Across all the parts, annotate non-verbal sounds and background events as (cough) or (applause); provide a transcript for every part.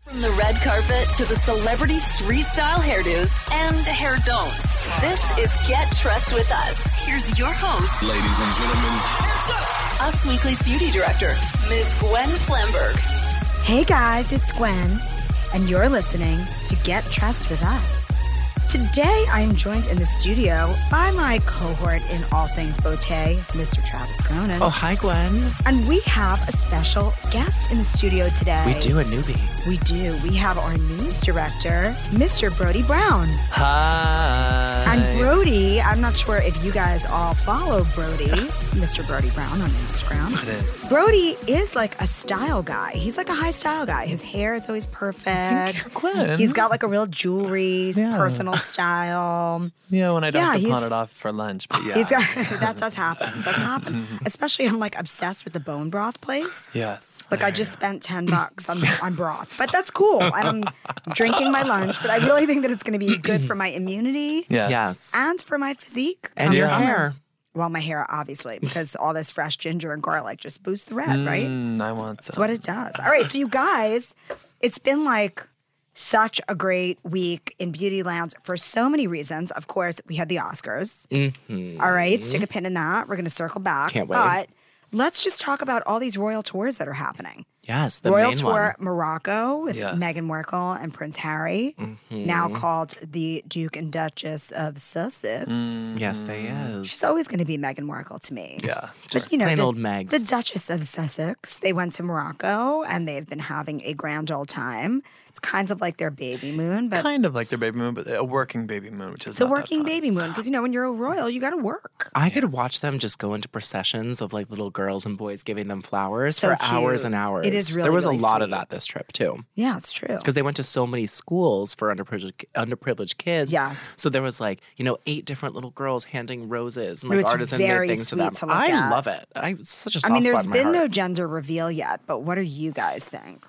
From the red carpet to the celebrity street style hairdos and the hair don'ts. This is Get Trust with Us. Here's your host, Ladies and gentlemen, Us Weekly's beauty director, Ms. Gwen Flamberg. Hey guys, it's Gwen, and you're listening to Get Trust with Us. Today I am joined in the studio by my cohort in all things beauté, Mr. Travis Cronin. Oh, hi, Gwen. And we have a special guest in the studio today. We do a newbie. We do. We have our news director, Mr. Brody Brown. Hi. And Brody, I'm not sure if you guys all follow (laughs) Brody, It's Mr. Brody Brown on Instagram. It is. Brody is like a style guy. He's like a high style guy. His hair is always perfect. Quinn. He's got like a real jewelry, Yeah. personal style. Yeah, when I don't Yeah, have to he's- pawn it off for lunch, but yeah. He's got (laughs) that does happen. Does (laughs) happen. Especially I'm like obsessed with the bone broth place. Yes. Like I just spent ten bucks on on broth, but that's cool. (laughs) I'm drinking my lunch, but I really think that it's going to be good for my immunity Yes. Yes. and for my physique. And come your summer. hair. Well, my hair, obviously, because all this fresh ginger and garlic just boosts the red, right? Mm, I want some. That's what it does. All right, so you guys, it's been like such a great week in Beauty Lounge for so many reasons. Of course, we had the Oscars. All right, stick a pin in that. We're going to circle back. Mm-hmm. Can't wait. But let's just talk about all these royal tours that are happening. Yes, the Royal main Tour Morocco with Yes. Meghan Markle and Prince Harry, now Mm-hmm. called the Duke and Duchess of Sussex. one. Yes, they is. Mm. She's always going to be Meghan Markle to me. Yeah. Just you know, plain the, old Megs. the Duchess of Sussex. They went to Morocco and they've been having a grand old time. It's kind of like their baby moon, but Kind of like their baby moon, but a working baby moon, which is it's a not that working fun. baby moon because you know when you're a royal, you got to work. I could watch them just go into processions of like little girls and boys giving them flowers So for hours cute. and hours. It is really, There was really a lot of sweet. that this trip too. Yeah, it's true. Because they went to so many schools for underprivileged underprivileged kids. Yes. So there was like, you know, eight different little girls handing roses and No, like it's artisan very made things sweet to them. to look I at. love it. I it's such a I soft mean, spot there's in my been no heart. gender reveal yet, but what do you guys think?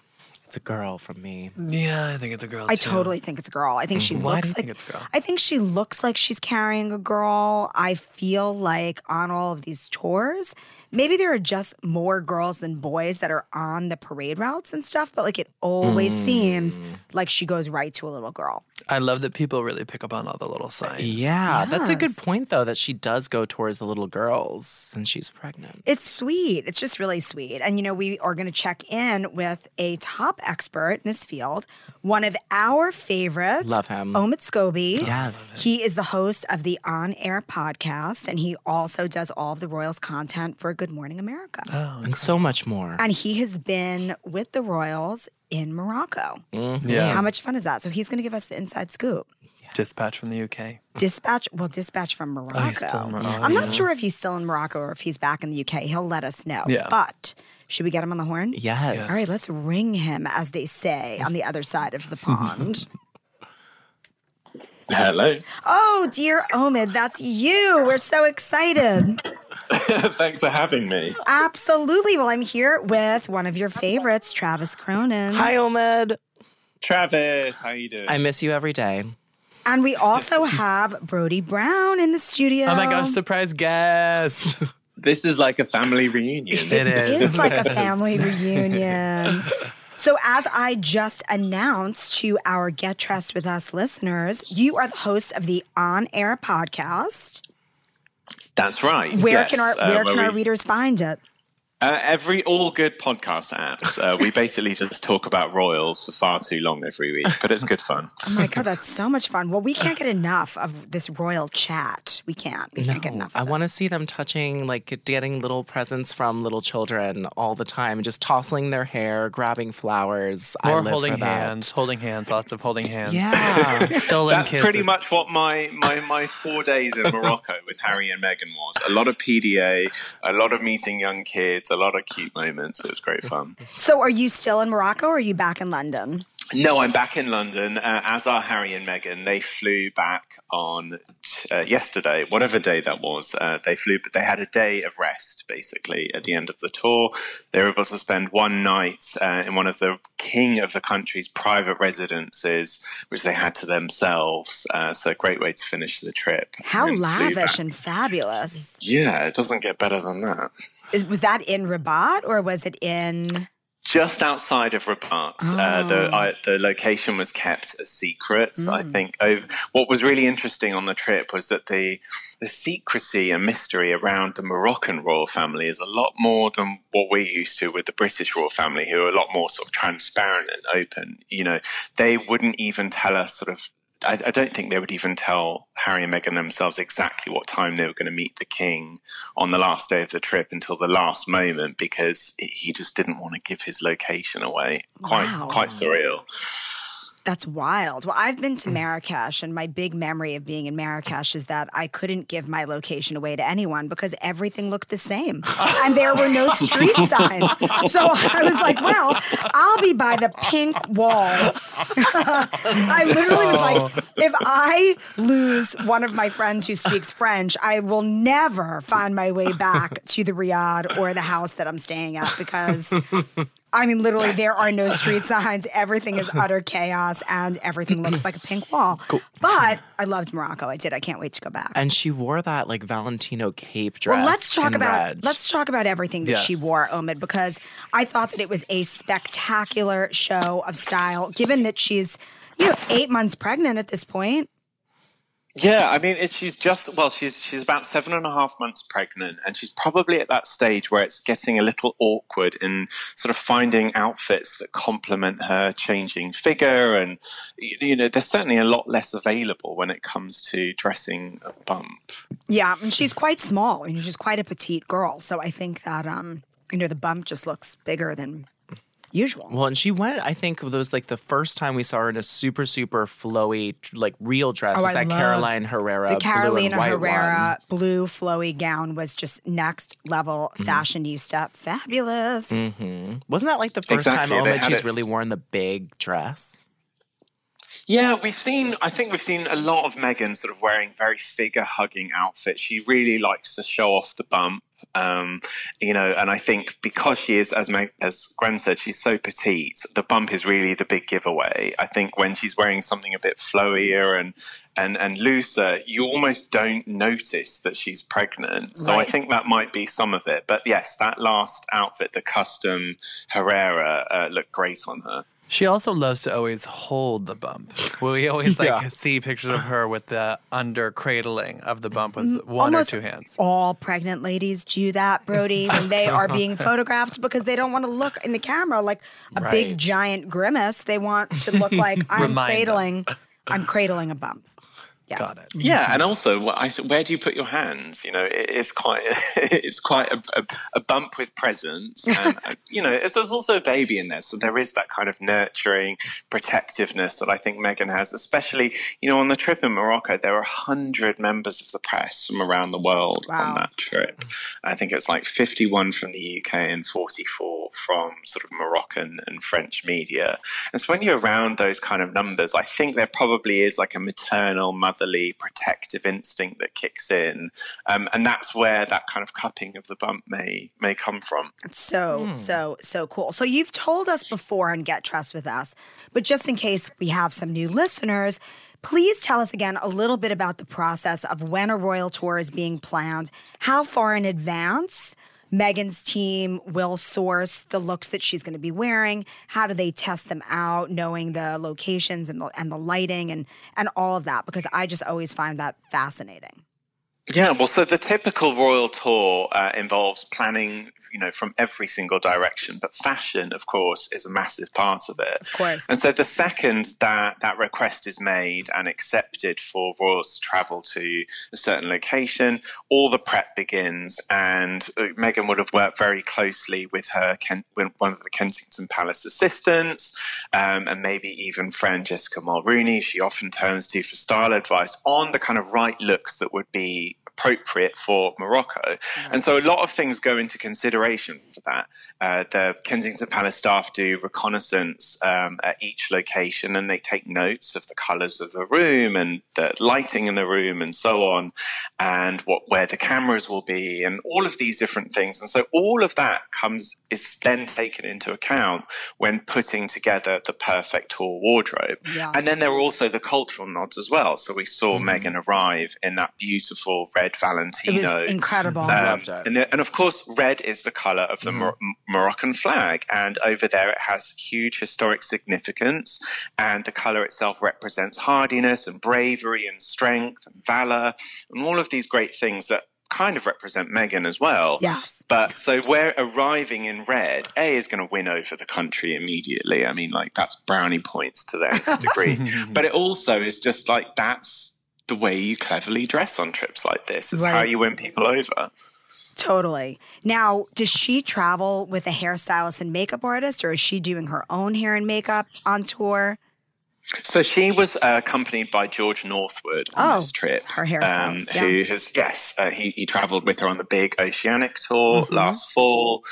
It's a girl from me. Mm, Yeah, I think it's a girl. I too. Mm-hmm. totally think it's a girl. I think she Why looks do you like think it's a girl? I think she looks like she's carrying a girl. I feel like on all of these tours, maybe there are just more girls than boys that are on the parade routes and stuff, but like it always seems Mm. like she goes right to a little girl. I love that people really pick up on all the little signs. Yeah, that's a good Yes. point though that she does go towards the little girls and she's pregnant. It's sweet. It's just really sweet. And, you know, we are going to check in with a top expert in this field, one of our favorites. Love him. Omid Scobie. Yes. He is the host of the On Air podcast, and he also does all of the Royals content for Good Morning America. And so much more. And he has been with the Royals in Morocco. Mm. Yeah. How much fun is that? So he's going to give us the inside scoop. Dispatch from the UK. Dispatch, well, dispatch from Morocco. Oh, he's still in Morocco, I'm not sure if he's still in Morocco or if he's back in the UK. He'll let us know. Yeah. But should we get him on the horn? Yes. All right, let's ring him, as they say, on the other side (laughs) of the pond. Hello. (laughs) oh, dear Omid, that's you. We're so excited. Thanks for having me. Absolutely. Well, I'm here with one of your favorites, Travis Cronin. Hi, Omid. Travis, how you doing? I miss you every day. And we also have Brody Brown in the studio. Oh my gosh, surprise guest. this is like a family reunion. (laughs) It is. It's (laughs) like a family reunion. So, as I just announced to our Get Dressed With Us listeners, you are the host of the On Air podcast. That's right. Where yes. can our Uh, where can our we- readers find it? Uh, every all good podcast apps. Uh, we basically just talk about royals for far too long every week, but it's good fun. Oh my god, that's so much fun. Well, we can't (laughs) get enough of this royal chat. We can't. We can't get enough. I Of it. want to see them touching, like getting little presents from little children all the time, just tossing their hair, grabbing flowers. I More live holding for that. hands, holding hands, lots of holding hands. Yeah. (laughs) Stolen That's kisses. pretty much what my, my, my four days in Morocco with Harry and Meghan was. A lot of PDA, a lot of meeting young kids, a lot of cute moments. It was great fun. So, are you still in Morocco? or Are you back in London? No, I'm back in London. Uh, as are Harry and Meghan. They flew back on t- uh, yesterday, whatever day that was. Uh, they flew, but they had a day of rest basically at the end of the tour. They were able to spend one night uh, in one of the king of the country's private residences, which they had to themselves. Uh, so, a great way to finish the trip. How And then flew lavish back. and fabulous. Yeah, it doesn't get better than that. Is, was that in Rabat or was it in just outside of Rabat. Uh, the, I, the location was kept a secret. So I think over, what was really interesting on the trip was that the the secrecy and mystery around the Moroccan royal family is a lot more than what we're used to with the British royal family, who are a lot more sort of transparent and open. You know, they wouldn't even tell us sort of I, I don't think they would even tell Harry and Meghan themselves exactly what time they were going to meet the king on the last day of the trip until the last moment because he just didn't want to give his location away. Quite, Wow. quite surreal. That's wild. Well, I've been to Marrakesh, and my big memory of being in Marrakesh is that I couldn't give my location away to anyone because everything looked the same. and there were no street signs. So I was like, well, I'll be by the pink wall. (laughs) I literally was like, if I lose one of my friends who speaks French, I will never find my way back to the Riyadh or the house that I'm staying at because I mean, literally, there are no street signs. Everything is utter chaos, and everything looks like a pink wall. But I loved Morocco. I did. I can't wait to go back. And she wore that like Valentino cape dress. well, let's talk in about red. let's talk about everything that she Yes. wore, Omid, because I thought that it was a spectacular show of style. Given that she's you know eight months pregnant at this point, Yeah, I mean, it, she's just well, she's she's about seven and a half months pregnant, and she's probably at that stage where it's getting a little awkward in sort of finding outfits that complement her changing figure, and y- you know, there's certainly a lot less available when it comes to dressing a bump. yeah, and she's quite small. You know, she's quite a petite girl, so I think that um, you know, the bump just looks bigger than usual. Well, and she went, I think, it was like the first time we saw her in a super, super flowy, tr- like real dress Oh, was I that loved Caroline Herrera. uh, The Carolina blue and white Herrera One. blue flowy gown was just next level Mm-hmm. fashionista. Fabulous. Mm-hmm. Wasn't that like the first Exactly, time they Oma had she's it- really worn the big dress? Yeah, we've seen. I think we've seen a lot of Megan sort of wearing very figure-hugging outfits. She really likes to show off the bump, um, you know. And I think because she is, as Meg, as Gwen said, she's so petite. The bump is really the big giveaway. I think when she's wearing something a bit flowier and and and looser, you almost don't notice that she's pregnant. So Right. I think that might be some of it. But yes, that last outfit, the custom Herrera, uh, looked great on her. She also loves to always hold the bump. We always like Yeah. see pictures of her with the under cradling of the bump with one Almost or two hands. all pregnant ladies do that, Brody, when they (laughs) are being photographed because they don't want to look in the camera like a big Right. giant grimace. They want to (laughs) look like I'm Remind them. cradling, I'm cradling a bump. Yes. Got it. Yeah, and also, wh- I, where do you put your hands? You know, it, it's quite (laughs) it's quite a, a, a bump with presence. And, uh, you know, it's, there's also a baby in there, so there is that kind of nurturing protectiveness that I think Megan has, especially you know on the trip in Morocco. There were hundred members of the press from around the world Wow. on that trip. Mm. I think it's like 51 from the UK and 44 from sort of Moroccan and French media. And so when you're around those kind of numbers, I think there probably is like a maternal, motherly, protective instinct that kicks in. Um, and that's where that kind of cupping of the bump may may come from. So, so, so cool. So, you've told us before and Get Trust with Us, but just in case we have some new listeners, please tell us again a little bit about the process of when a royal tour is being planned, how far in advance Megan's team will source the looks that she's going to be wearing, how do they test them out, knowing the locations and the, and the lighting and, and all of that, because I just always find that fascinating. Yeah, well, so the typical royal tour uh, involves planning, you know, from every single direction. But fashion, of course, is a massive part of it. Of course. And so the second that that request is made and accepted for royals to travel to a certain location, all the prep begins. And uh, Meghan would have worked very closely with her Ken- with one of the Kensington Palace assistants, um, and maybe even friend Jessica Mulrooney. She often turns to for style advice on the kind of right looks that would be appropriate for Morocco. And so a lot of things go into consideration for that. Uh, the Kensington Palace staff do reconnaissance um, at each location and they take notes of the colours of the room and the lighting in the room and so on, and what where the cameras will be and all of these different things. And so all of that comes is then taken into account when putting together the perfect tour wardrobe. Yeah. And then there were also the cultural nods as well. So we saw Megan arrive in that beautiful red red Mm-hmm. It Valentino. was incredible. Um, Loved it. and, the- and of course, red is the color of Mm-hmm. the Mor- M- Moroccan flag. And over there, it has huge historic significance. And the color itself represents hardiness and bravery and strength and valor and all of these great things that kind of represent Megan as well. yes. But so we're arriving in red. A is going to win over the country immediately. I mean, like that's brownie points to the (laughs) nth degree. but it also is just like that's the way you cleverly dress on trips like this. It's how Right. you win people over. Totally. Now, does she travel with a hairstylist and makeup artist, or is she doing her own hair and makeup on tour? So she was uh, accompanied by George Northwood on Oh, this trip. um, her hairstylist, yeah. Who has, yes, uh, he, he traveled with her on the big Oceanic tour Mm-hmm. last fall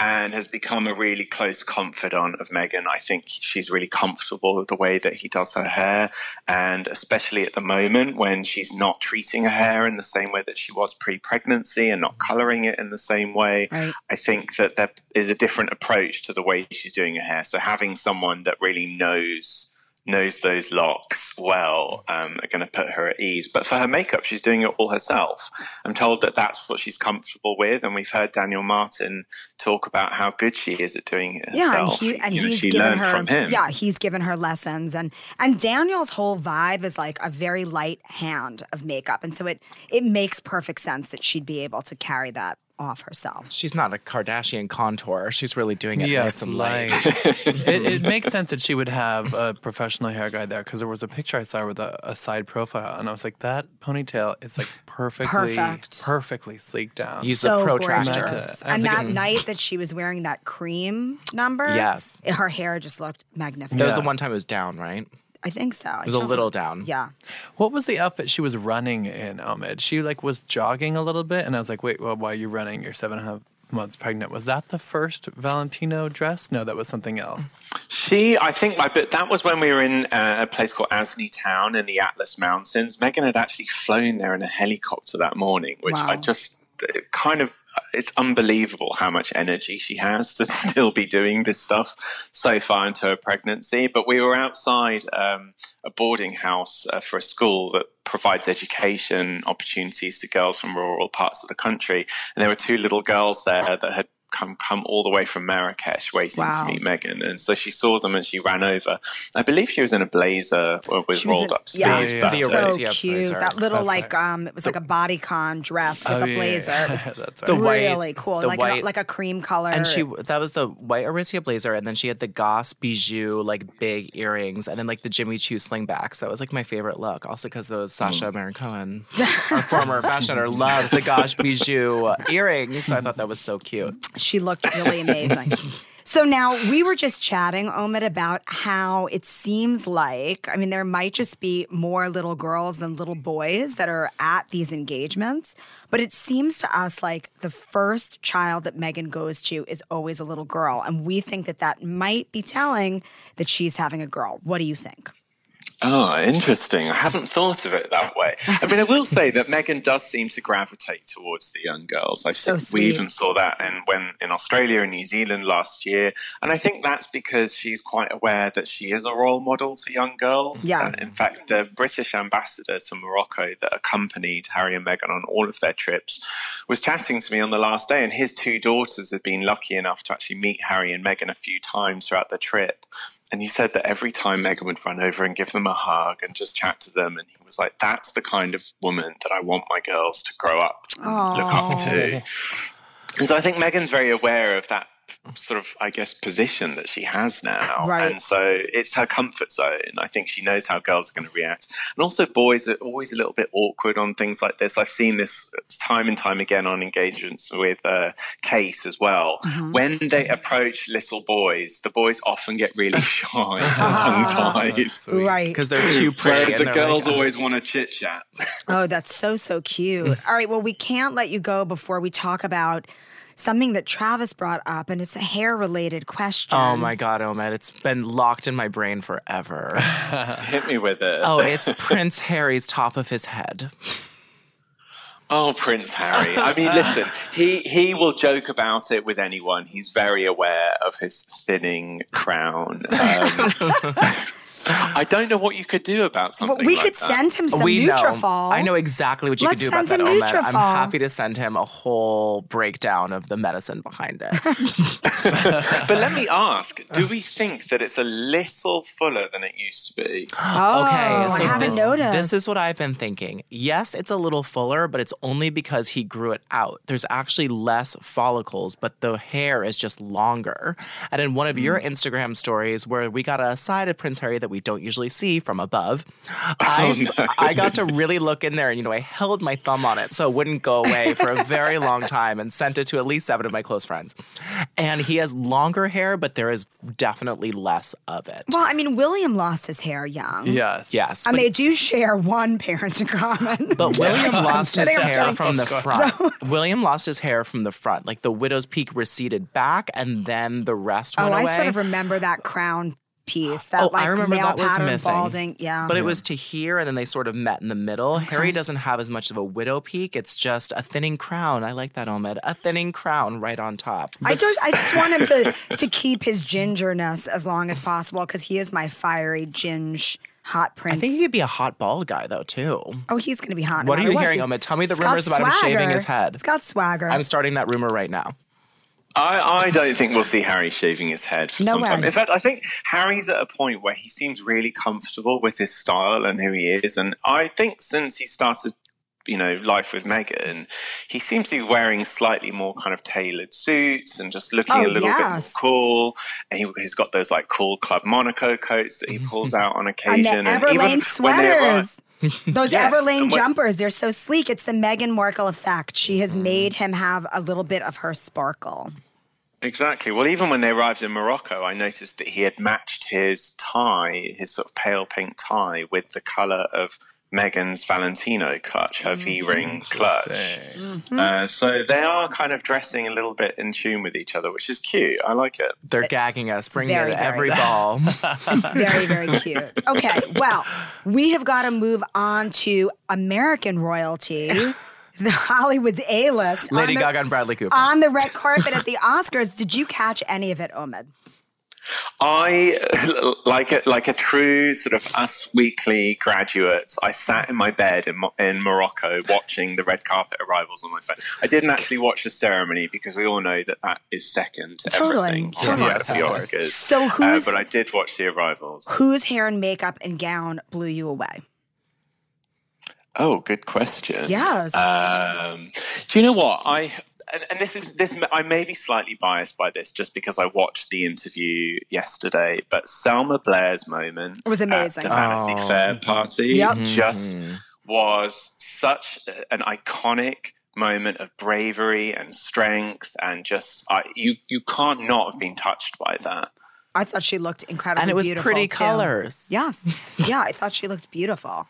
and has become a really close confidant of Megan. I think she's really comfortable with the way that he does her hair. And especially at the moment when she's not treating her hair in the same way that she was pre pregnancy and not coloring it in the same way. Right. I think that there is a different approach to the way she's doing her hair. So having someone that really knows knows those locks well um, are going to put her at ease. But for her makeup, she's doing it all herself. I'm told that that's what she's comfortable with, and we've heard Daniel Martin talk about how good she is at doing it Yeah, and, herself. he, and You know, he's she given learned her. from him. Yeah, he's given her lessons, and and Daniel's whole vibe is like a very light hand of makeup, and so it it makes perfect sense that she'd be able to carry that off herself. She's not a Kardashian contour. She's really doing it Yeah, nice and light. it, it (laughs) makes sense that she would have a professional hair guy there because there was a picture I saw with a, a side profile, and I was like, that ponytail is like perfectly, Perfect. perfectly sleeked down. Use so a uh, protractor. gorgeous. I And was like, that night that she was wearing that cream number, Yes. it- her hair just looked magnificent. That was Yeah. the one time it was down, right? It I think so. It was a little down. Yeah. What was the outfit she was running in, Omid? She like was jogging a little bit, and I was like, wait, well, why are you running? You're seven and a half months pregnant. Was that the first Valentino dress? No, that was something else. She, I think, I, but that was when we were in uh, a place called Asney Town in the Atlas Mountains. Megan had actually flown there in a helicopter that morning, which Wow. I just it kind of. It's unbelievable how much energy she has to (laughs) still be doing this stuff so far into her pregnancy. But we were outside um, a boarding house uh, for a school that provides education opportunities to girls from rural parts of the country. And there were two little girls there that had come come all the way from Marrakesh waiting Wow. to meet Megan. And so she saw them and she ran over. I believe she was in a blazer uh, with She was rolled a- up sleeves. yeah, yeah, that yeah. day. so Yeah, cute. blazer. That little That's like um, it was like a bodycon dress with Oh, a yeah, yeah, blazer. It was yeah. (laughs) That's The right. (laughs) white- really cool, the like white- a, like a cream color. And she that was the white Aritzia blazer, and then she had the Goss bijou like big earrings, and then like the Jimmy Choo slingbacks. That was like my favorite look, also because those Hmm. Sasha (laughs) Baron Cohen, our former fashioner, loves the Gosh bijou earrings. So I thought that was so cute. She looked really amazing. so now we were just chatting, Omid, about how it seems like, I mean, there might just be more little girls than little boys that are at these engagements, but it seems to us like the first child that Megan goes to is always a little girl. And we think that that might be telling that she's having a girl. What do you think? Oh, interesting. I haven't thought of it that way. I mean, I will say that Megan does seem to gravitate towards the young girls. I (laughs) So think we sweet. even saw that in, when in Australia and New Zealand last year. And I think that's because she's quite aware that she is a role model to young girls. Yes. And in fact, the British ambassador to Morocco that accompanied Harry and Meghan on all of their trips was chatting to me on the last day, and his two daughters had been lucky enough to actually meet Harry and Meghan a few times throughout the trip. And he said that every time Meghan would run over and give them a hug and just chat to them, and he was like, "That's the kind of woman that I want my girls to grow up and look up to." And so I think Megan's very aware of that sort of, I guess, position that she has now. Right. And so it's her comfort zone. I think she knows how girls are going to react. And also, boys are always a little bit awkward on things like this. I've seen this time and time again on engagements with uh, Case as well. Mm-hmm. When they approach little boys, the boys often get (laughs) really shy and tongue-tied. Sweet. Because they're too pretty. Whereas and the they're girls like, "Oh." always want to chit chat. Oh, that's so, so cute. Mm. All right. Well, we can't let you go before we talk about something that Travis brought up, and it's a hair related question. Oh my God, Omid, it's been locked in my brain forever. (laughs) Hit me with it. Oh, it's (laughs) Prince Harry's top of his head. Oh, Prince Harry. I mean, listen, he, he will joke about it with anyone. He's very aware of his thinning crown. Um, (laughs) I don't know what you could do about something. But we like could that. send him some we Nutrafol. know. I know exactly what you Let's could do about that. send him Omed. I'm Nutrafol. happy to send him a whole breakdown of the medicine behind it. But let me ask: Do we think that it's a little fuller than it used to be? Oh, okay, so I haven't this, noticed. This is what I've been thinking. Yes, it's a little fuller, but it's only because he grew it out. There's actually less follicles, but the hair is just longer. And in one of your Mm. Instagram stories, where we got a side of Prince Harry that we don't usually see (laughs) from above, Oh, I, s- I got to really look in there, and you know, I held my thumb on it so it wouldn't go away for a very long time, and sent it to at least seven of my close friends. And he has longer hair, but there is definitely less of it. well, I mean, William lost his hair young. Yes. Yes, And but they do share one parent (laughs) in common. (laughs) But William lost his kidding, I'm hair kidding. from the front. (laughs) William lost his hair from the front. Like the widow's peak receded back, and then the rest oh, went away. I sort of remember that crown piece. That Oh, I like remember male that was pattern missing. balding. Yeah. but it was to here, and then they sort of met in the middle. Harry doesn't have as much of a widow peak. It's just a thinning crown. I like that, Ahmed. A thinning crown right on top. I just, I just want him (laughs) to, to keep his gingerness as long as possible because he is my fiery ginge hot prince. I think he could be a hot bald guy though too. oh, he's going to be hot. no What are matter you hearing, He's- Omid? Tell me the he's got rumors about him shaving his swagger. head. He's got swagger. I'm starting that rumor right now. I, I don't think we'll see Harry shaving his head for No some time. way. In fact, I think Harry's at a point where he seems really comfortable with his style and who he is. And I think since he started, you know, life with Meghan, he seems to be wearing slightly more kind of tailored suits and just looking Oh, a little bit more yes. cool. And he, he's got those like cool Club Monaco (laughs) coats that he pulls out on and the occasion. Everlane (laughs) when uh, they arrive- sweaters. Those Yes, Everlane and what- jumpers, they're so sleek. It's the Meghan Markle effect. She has Mm. made him have a little bit of her sparkle. (laughs) Exactly. Well, even when they arrived in Morocco, I noticed that he had matched his tie, his sort of pale pink tie, with the color of Megan's Valentino clutch, her V ring clutch. Uh, so they are kind of dressing a little bit in tune with each other, which is cute. I like it. They're gagging us, bringing very, it to very (laughs) every bad. ball. It's very, very cute. Okay, well, we have got to move on to American royalty, (laughs) the Hollywood's A list. Lady on the, Gaga and Bradley Cooper. On the red carpet at the Oscars. Did you catch any of it, Omid? I (laughs) like a, like a true sort of Us Weekly graduate. I sat in my bed in, Mo- in Morocco watching the red carpet arrivals on my phone. I didn't actually watch the ceremony because we all know that that is second to Totally, everything on totally. the, at the Oscars. So Uh, who's but I did watch the arrivals. whose hair and makeup and gown blew you away? Oh, good question. Yes. Um, do you know what I? And, and this is this. I may be slightly biased by this, just because I watched the interview yesterday. But Selma Blair's moment It was at amazing. the Vanity Oh. Fair party Yep. Mm-hmm. just was such an iconic moment of bravery and strength, and just I, you you can't not have been touched by that. I thought she looked incredibly and it was beautiful, pretty too. colors. Yes. Yeah, I thought she looked beautiful.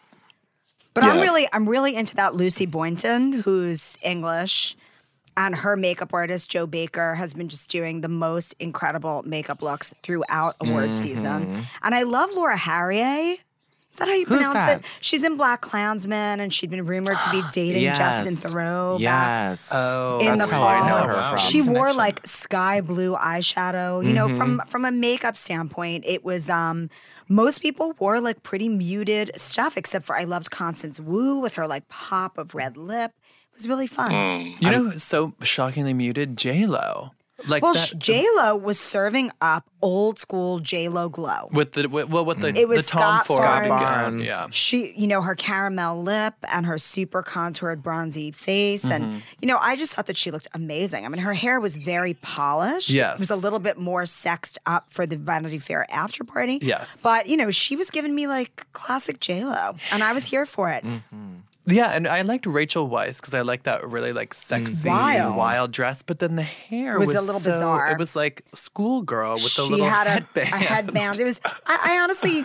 But I'm Yeah. really I'm really into that Lucy Boynton who's English and her makeup artist Joe Baker has been just doing the most incredible makeup looks throughout award season. And I love Laura Harrier. Is that how you pronounce that? it? She's in Black Klansman and she'd been rumored to be dating Justin Thoreau back Yes. Oh, in that's the how I know fall. her Wow. from. She wore like sky blue eyeshadow. You know, Mm-hmm. from from a makeup standpoint, it was um most people wore like pretty muted stuff, except for I loved Constance Wu with her like pop of red lip. It was really fun. You know who's so shockingly muted? J Lo. Like Well, that, J Lo was serving up old school J Lo glow. with the with, well, with the It was the Tom Scott Ford Barnes. gown, Mm. Scott Barnes. Yeah. she, you know, her caramel lip and her super contoured bronzy face. Mm-hmm. And, you know, I just thought that she looked amazing. I mean, her hair was very polished. Yes. It was a little bit more sexed up for the Vanity Fair after party. Yes. But, you know, she was giving me like classic JLo, and I was here for it. Yeah, and I liked Rachel Weisz because I like that really like sexy wild. wild. dress, but then the hair Was was, a little so- bizarre. It was like schoolgirl with the she little had a, headband. a headband. It was. I, I honestly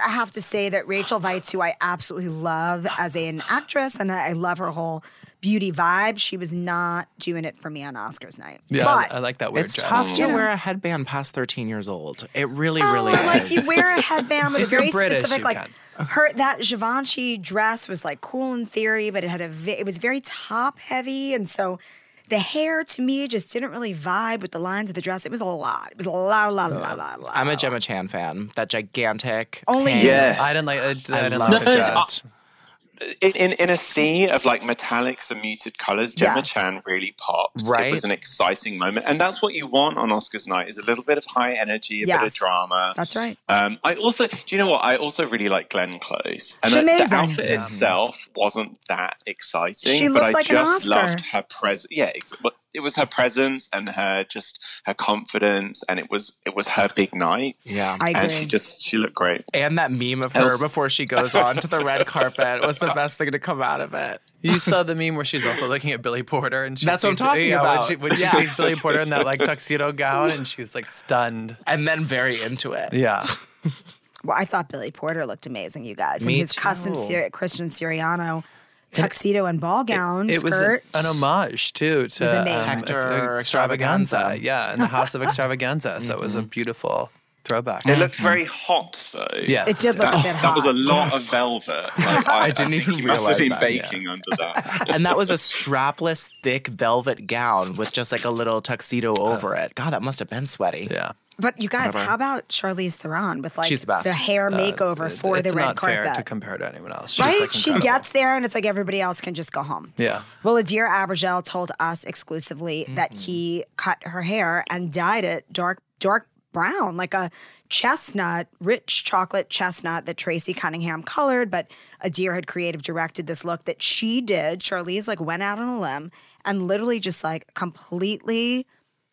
have to say that Rachel Weitz, who I absolutely love as an actress, and I, I love her whole beauty vibe. She was not doing it for me on Oscars night. (laughs) Yeah, I- but, I, like that weird It's dress. tough to wear a headband past 13 years old. It really, Oh, really I like is. you wear a headband with a If (laughs) you're very British, specific you like can. her that Givenchy dress was like cool in theory, but it had a ve- it was very top heavy, and so The hair to me just didn't really vibe with the lines of the dress. It was a lot. It was a lot, a lot, a lot, a lot, a lot. I'm a Gemma Chan fan. That gigantic. Only pink- you. Yes. I didn't like. I, I didn't love like the it. Uh, jazz. in, in, in a sea of like metallics and muted colors, Gemma Yes. Chan really popped. It Right. was an exciting moment, and that's what you want on Oscars night: is a little bit of high energy, a bit Yes. of drama. That's right. Um, I also, do you know what? I also really like Glenn Close, She's and the- the, amazing. outfit itself wasn't that exciting, She but looked I like an just Oscar. loved her presence. Yeah, ex- but it was her presence and her just her confidence, and it was it was her big night. Yeah. I And she agree. just she looked great. And that meme of Else- her before she goes on to the red carpet was the best thing to come out of it. You saw the meme where she's also looking at Billy Porter, and she That's what I'm sees- talking yeah, about. When she, when she Yeah. sees Billy Porter in that like tuxedo gown, and she's like stunned. And then very into it. Yeah, Well, I thought Billy Porter looked amazing, you guys. Me and his custom too. Sir- Christian Siriano tuxedo and ball gown it was an, skirt. an homage too to um, amazing. Hector Ex- Extravaganza. Mm-hmm. Yeah, and (laughs) the House of Extravaganza. So it was a beautiful throwback. It looked very hot though. Yes. it did look a That's- bit Oh, that was a hot. lot of velvet. Like, I, (laughs) I didn't think even you must have realize been that, yeah. baking under (laughs) that. And that was a strapless, thick velvet gown with just like a little tuxedo over it. God, that must have been sweaty. Uh. Yeah. But you guys, how about Charlize Theron with like She's the best. hair makeover It- for Uh, it's the red not carpet? fair to compare to anyone else. She's, right? like, she incredible. gets there and it's like everybody else can just go home. Yeah. Well, Adir Abergel told us exclusively that Mm-hmm. he cut her hair and dyed it dark, dark brown, like a chestnut, rich chocolate chestnut that Tracy Cunningham colored. But Adir had creative directed this look that she did. Charlize like went out on a limb and literally just like completely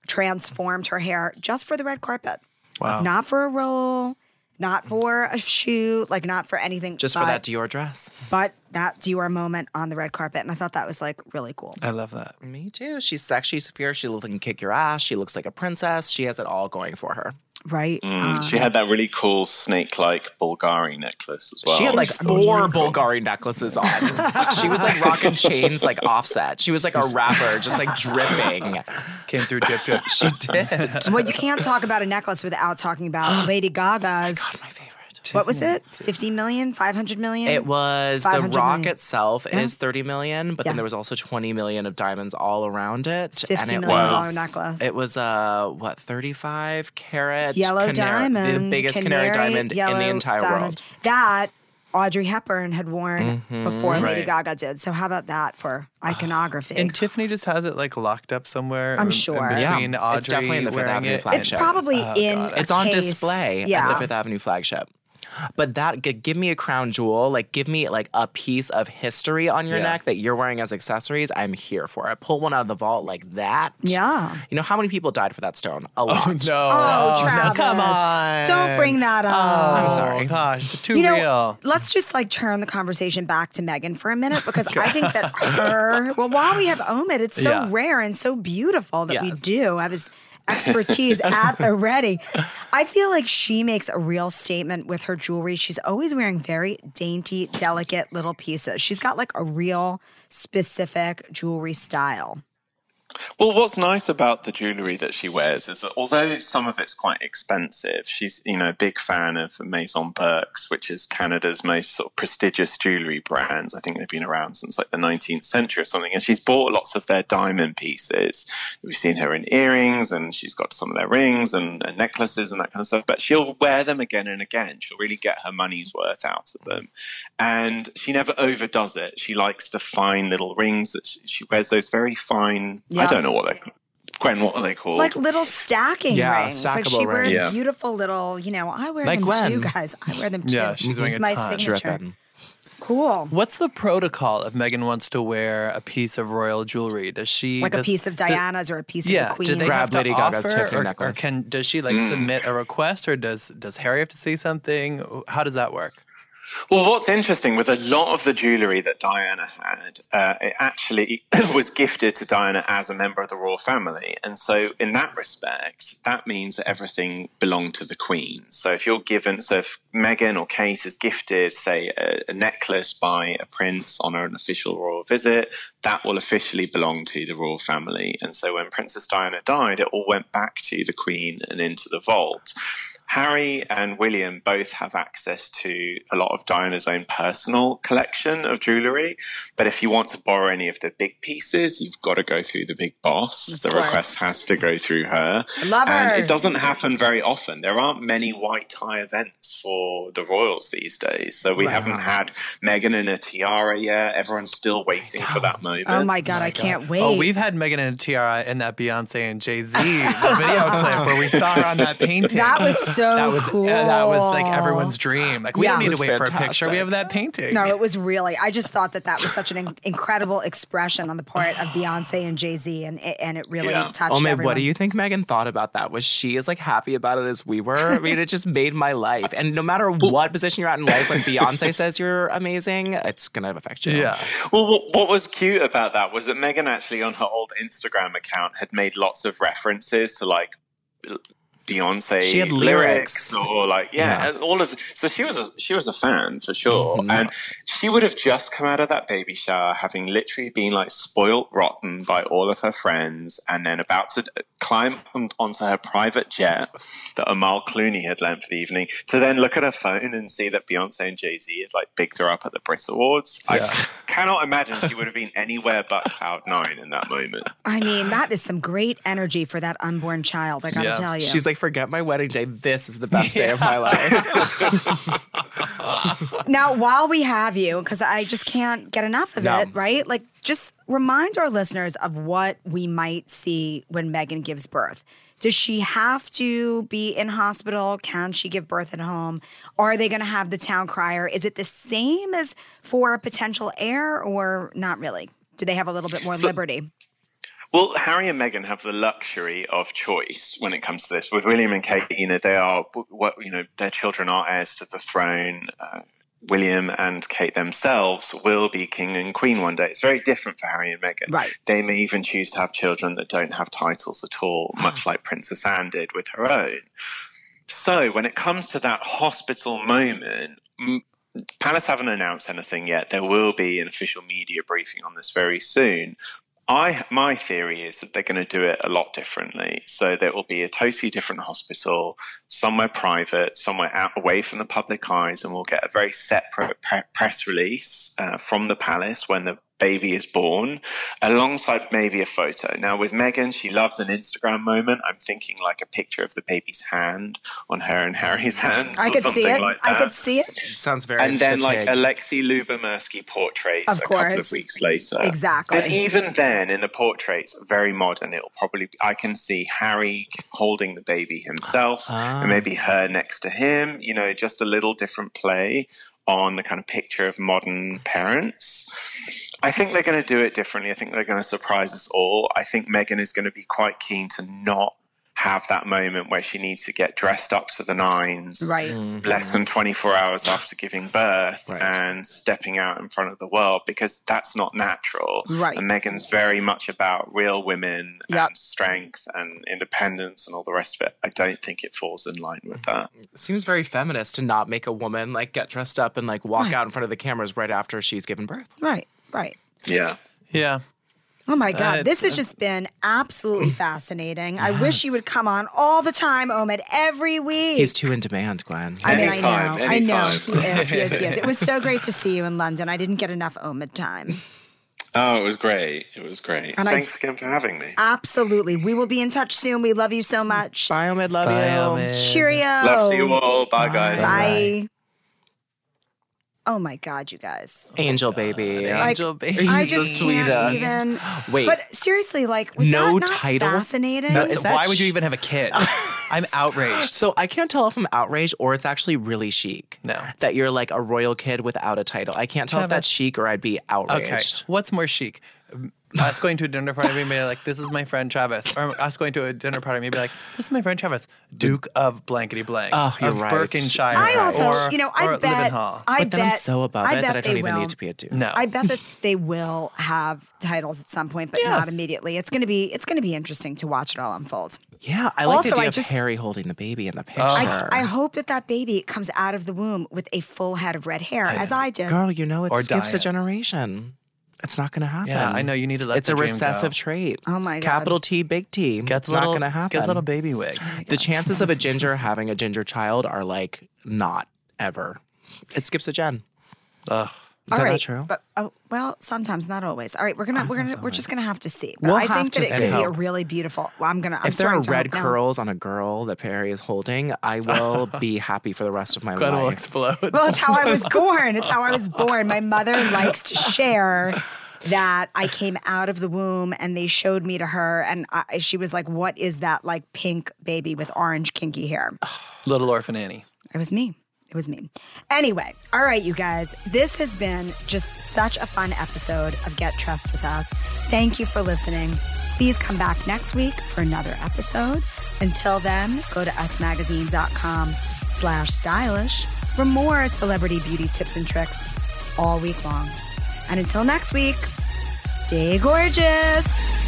transformed her hair just for the red carpet. Wow. Not for a role, not for a shoot, like not for anything. Just for but- that Dior dress. but that Dior moment on the red carpet, and I thought that was like really cool. I love that. Me too. She's sexy, she's fierce, she looks like can kick your ass, she looks like a princess, she has it all going for her. Right? Uh, Mm. she had that really cool snake-like Bulgari necklace as well. She had like four Bulgari necklaces (laughs) on. she was like rocking chains like offset. She was like a rapper, just (laughs) like dripping. Came through drip (laughs) drip. She did. well, Um, you can't talk about a necklace without talking (gasps) about Lady Gaga's. My favorite. What was it? 50 million? 500 million? It was the 500 rock million. itself is 30 million, but then there Yes. was also 20 million of diamonds all around it. 50 it million dollar was necklace. It was uh what 35 carat yellow canary- diamond. the biggest canary, diamond in yellow the entire diamond. world. That Audrey Hepburn had worn Mm-hmm. before Lady Right. Gaga did. So, how about that (sighs) for iconography? And Tiffany just has it like locked up somewhere. I'm in- sure. In Yeah. between It's Audrey definitely in the Fifth wearing Avenue it. flagship. it's probably in. a Oh, It's on case- display at Yeah. the Fifth Avenue flagship. But that g- give me a crown jewel, like give me like a piece of history on your Yeah. neck that you're wearing as accessories. I'm here for it. Pull one out of the vault like that. Yeah. You know how many people died for that stone? A lot. (laughs) No. Oh, no, Travis. come on. Don't bring that up. Oh, sorry. Gosh, too you know, real. let's just like turn the conversation back to Megan for a minute because (laughs) I think that her. Well, while we have Omid, it's so Yeah. rare and so beautiful that we Yes. do have his expertise at the ready. I feel like she makes a real statement with her jewelry. She's always wearing very dainty, delicate little pieces. She's got like a real specific jewelry style. Well, what's nice about the jewelry that she wears is that although some of it's quite expensive, she's you know a big fan of Maison Burke's, which is Canada's most sort of prestigious jewelry brands. I think they've been around since like the 19th century or something. And she's bought lots of their diamond pieces. We've seen her in earrings, and she's got some of their rings and, and necklaces and that kind of stuff. But she'll wear them again and again. She'll really get her money's worth out of them, and she never overdoes it. She likes the fine little rings that she, she wears. Those very fine. Yeah. I don't know what they're called. Gwen, what are they called? Like little stacking Yeah, rings. Like she stackable wears rings. Yeah. beautiful little, you know, I wear Like them too, Gwen. guys. I wear them too. Yeah, she's wearing it's a my ton. signature. Dripping. Cool. What's the protocol if Megan wants to wear a piece of royal jewelry? Does she like a does- piece of do- Diana's or a piece yeah, of the do Queen. they Grab have to Lady Gaga's offer, Tiffany or, or necklace. can does she Hmm. like submit a request, or does does Harry have to say something? How does that work? Well, what's interesting with a lot of the jewellery that Diana had, uh, it actually (coughs) was gifted to Diana as a member of the royal family. And so, in that respect, that means that everything belonged to the Queen. So, if you're given, so if Meghan or Kate is gifted, say, a, a necklace by a prince on an official royal visit, that will officially belong to the royal family. And so, when Princess Diana died, it all went back to the Queen and into the vault. Harry and William both have access to a lot of Diana's own personal collection of jewellery. But if you want to borrow any of the big pieces, you've got to go through the big boss. the course. request has to go through her. I love her. And it doesn't happen very often. There aren't many white tie events for the royals these days. So we haven't had Meghan in a tiara yet. Everyone's still waiting for that moment. Oh my god, I can't wait. Oh, we've had Megan and Tiara in that Beyonce and Jay Z the video clip where we saw her on that painting. That was so (laughs) that was, uh, that was like cool. everyone's dream. Like we Yeah. don't need It to was wait for a picture. fantastic. We have that painting. No, it was really. I just thought that that was such an in- incredible expression on the part of Beyonce and Jay Z, and it, and it really Yeah. touched. Oh man, everyone. what do you think Megan thought about that? Was she as like happy about it as we were? I mean, it just made my life. And no (laughs) matter what position you're at in life, when Beyonce says you're amazing, it's gonna affect you. Yeah. Well, what, what was cute about that was that Megan actually on her old Instagram account had made lots of references to like Beyonce She had lyrics. or like yeah, and all of so she was a, she was a fan for sure, and she would have just come out of that baby shower having literally been like spoilt rotten by all of her friends, and then about to climb on- onto her private jet that Amal Clooney had lent for the evening to then look at her phone and see that Beyonce and Jay Z had like picked her up at the Brit Awards. I cannot imagine she would have been anywhere but cloud nine in that moment. I mean, that is some great energy for that unborn child. I gotta Yeah. tell you, She's like, forget my wedding day. This is the best day (laughs) of my life. Now, while we have you, because I just can't get enough of No. it, right? Like, just remind our listeners of what we might see when Megan gives birth. Does she have to be in hospital? Can she give birth at home? Are they going to have the town crier? Is it the same as for a potential heir or not really? Do they have a little bit more liberty? Well, Harry and Meghan have the luxury of choice when it comes to this. With William and Kate, you know, they are what you know, their children are heirs to the throne. Uh, William and Kate themselves will be king and queen one day. It's very different for Harry and Meghan. Right. They may even choose to have children that don't have titles at all, much like Princess Anne did with her own. So, when it comes to that hospital moment, m- Palace haven't announced anything yet. There will be an official media briefing on this very soon. I my theory is that they're going to do it a lot differently. So there will be a totally different hospital, somewhere private, somewhere out away from the public eyes, and we'll get a very separate pre- press release uh, from the palace when the baby is born, alongside maybe a photo. Now with Megan, she loves an Instagram moment. I'm thinking like a picture of the baby's hand on her and Harry's hands. I or could something see it. Like I that could see it. Sounds very. and then the like Tig. Alexei Lubomirsky portraits Of a couple course. of weeks later. Exactly. And even then, in the portraits, very modern. It'll probably I can see Harry holding the baby himself, and maybe her next to him. You know, just a little different play on the kind of picture of modern parents. I think they're going to do it differently. I think they're going to surprise us all. I think Megan is going to be quite keen to not have that moment where she needs to get dressed up to the nines Right. less than 24 hours after giving birth Right. and stepping out in front of the world because that's not natural. Right. And Megan's very much about real women Yep. and strength and independence and all the rest of it. I don't think it falls in line with that. seems very feminist to not make a woman like get dressed up and like walk out in front of the cameras right after she's given birth. Right. Right. Yeah. Yeah. Oh my God, That's- this has just been (clears throat) absolutely fascinating. I wish you would come on all the time, Omid, every week. He's too in demand, Gwen. I mean, Anytime, I know, I know. He anytime. is, he is, he is. It was so great to see you in London. I didn't get enough Omid time. Oh, it was great. It was great. And I- Thanks again for having me. Absolutely. We will be in touch soon. We love you so much. Bye, Omid. Love Bye, Um, you. Omid. Cheerio. Love to you all. Bye, guys. Bye. Oh my God, you guys. Angel baby. Angel baby. I He's the just can't sweetest. even. Wait. But seriously, like, was No that not title? fascinating? No, is that Why would you sh- even have a kid? I'm outraged. so I can't tell if I'm outraged or it's actually really chic. No. That you're like a royal kid without a title. I can't tell if that's chic or I'd be Okay. outraged. What's more chic? Um, Us going to a dinner party, maybe like, this is my friend Travis. Or us going to a dinner party, maybe like, this is my friend Travis, Duke of blankety blank. Oh, you're of right. Berkshire. I also, or, you know, I or bet. Leadenhall. I But then bet, I'm so above I it bet that I don't they even will. need to be a dude. no. I bet (laughs) that they will have titles at some point, but not Yes. immediately. It's gonna be it's gonna be interesting to watch it all unfold. Yeah, I like Also, the I idea of just- Harry holding the baby in the picture. I, I hope that that baby comes out of the womb with a full head of red hair, as I did. Girl, you know it Or skips a diet. generation. It's not going to happen. Yeah, I know. You need to let It's the a dream go. recessive trait. Oh my God. Capital T, big T. Get it's little, not going to happen. Get little baby wig. the (laughs) chances of a ginger having a ginger child are like not ever. It skips a gen. Ugh. Is that not true? But oh, well, sometimes not always. All right, we're gonna we're gonna we're just gonna have to see. But We'll I have think that to it could see. be a really beautiful. Well, I'm gonna. I'm if there starting are to red hope now. curls on a girl that Perry is holding, I (laughs) will be happy for the rest of my That will life. explode. (laughs) Well, it's how I was born. It's how I was born. My mother likes to share that I came out of the womb and they showed me to her, and I, she was like, "What is that like pink baby with orange kinky hair?" little orphan Annie. It was me. It was me. Anyway, all right, you guys, this has been just such a fun episode of Get Trust with Us. Thank you for listening. Please come back next week for another episode. Until then, go to usmagazine.com slash stylish for more celebrity beauty tips and tricks all week long. And until next week, stay gorgeous.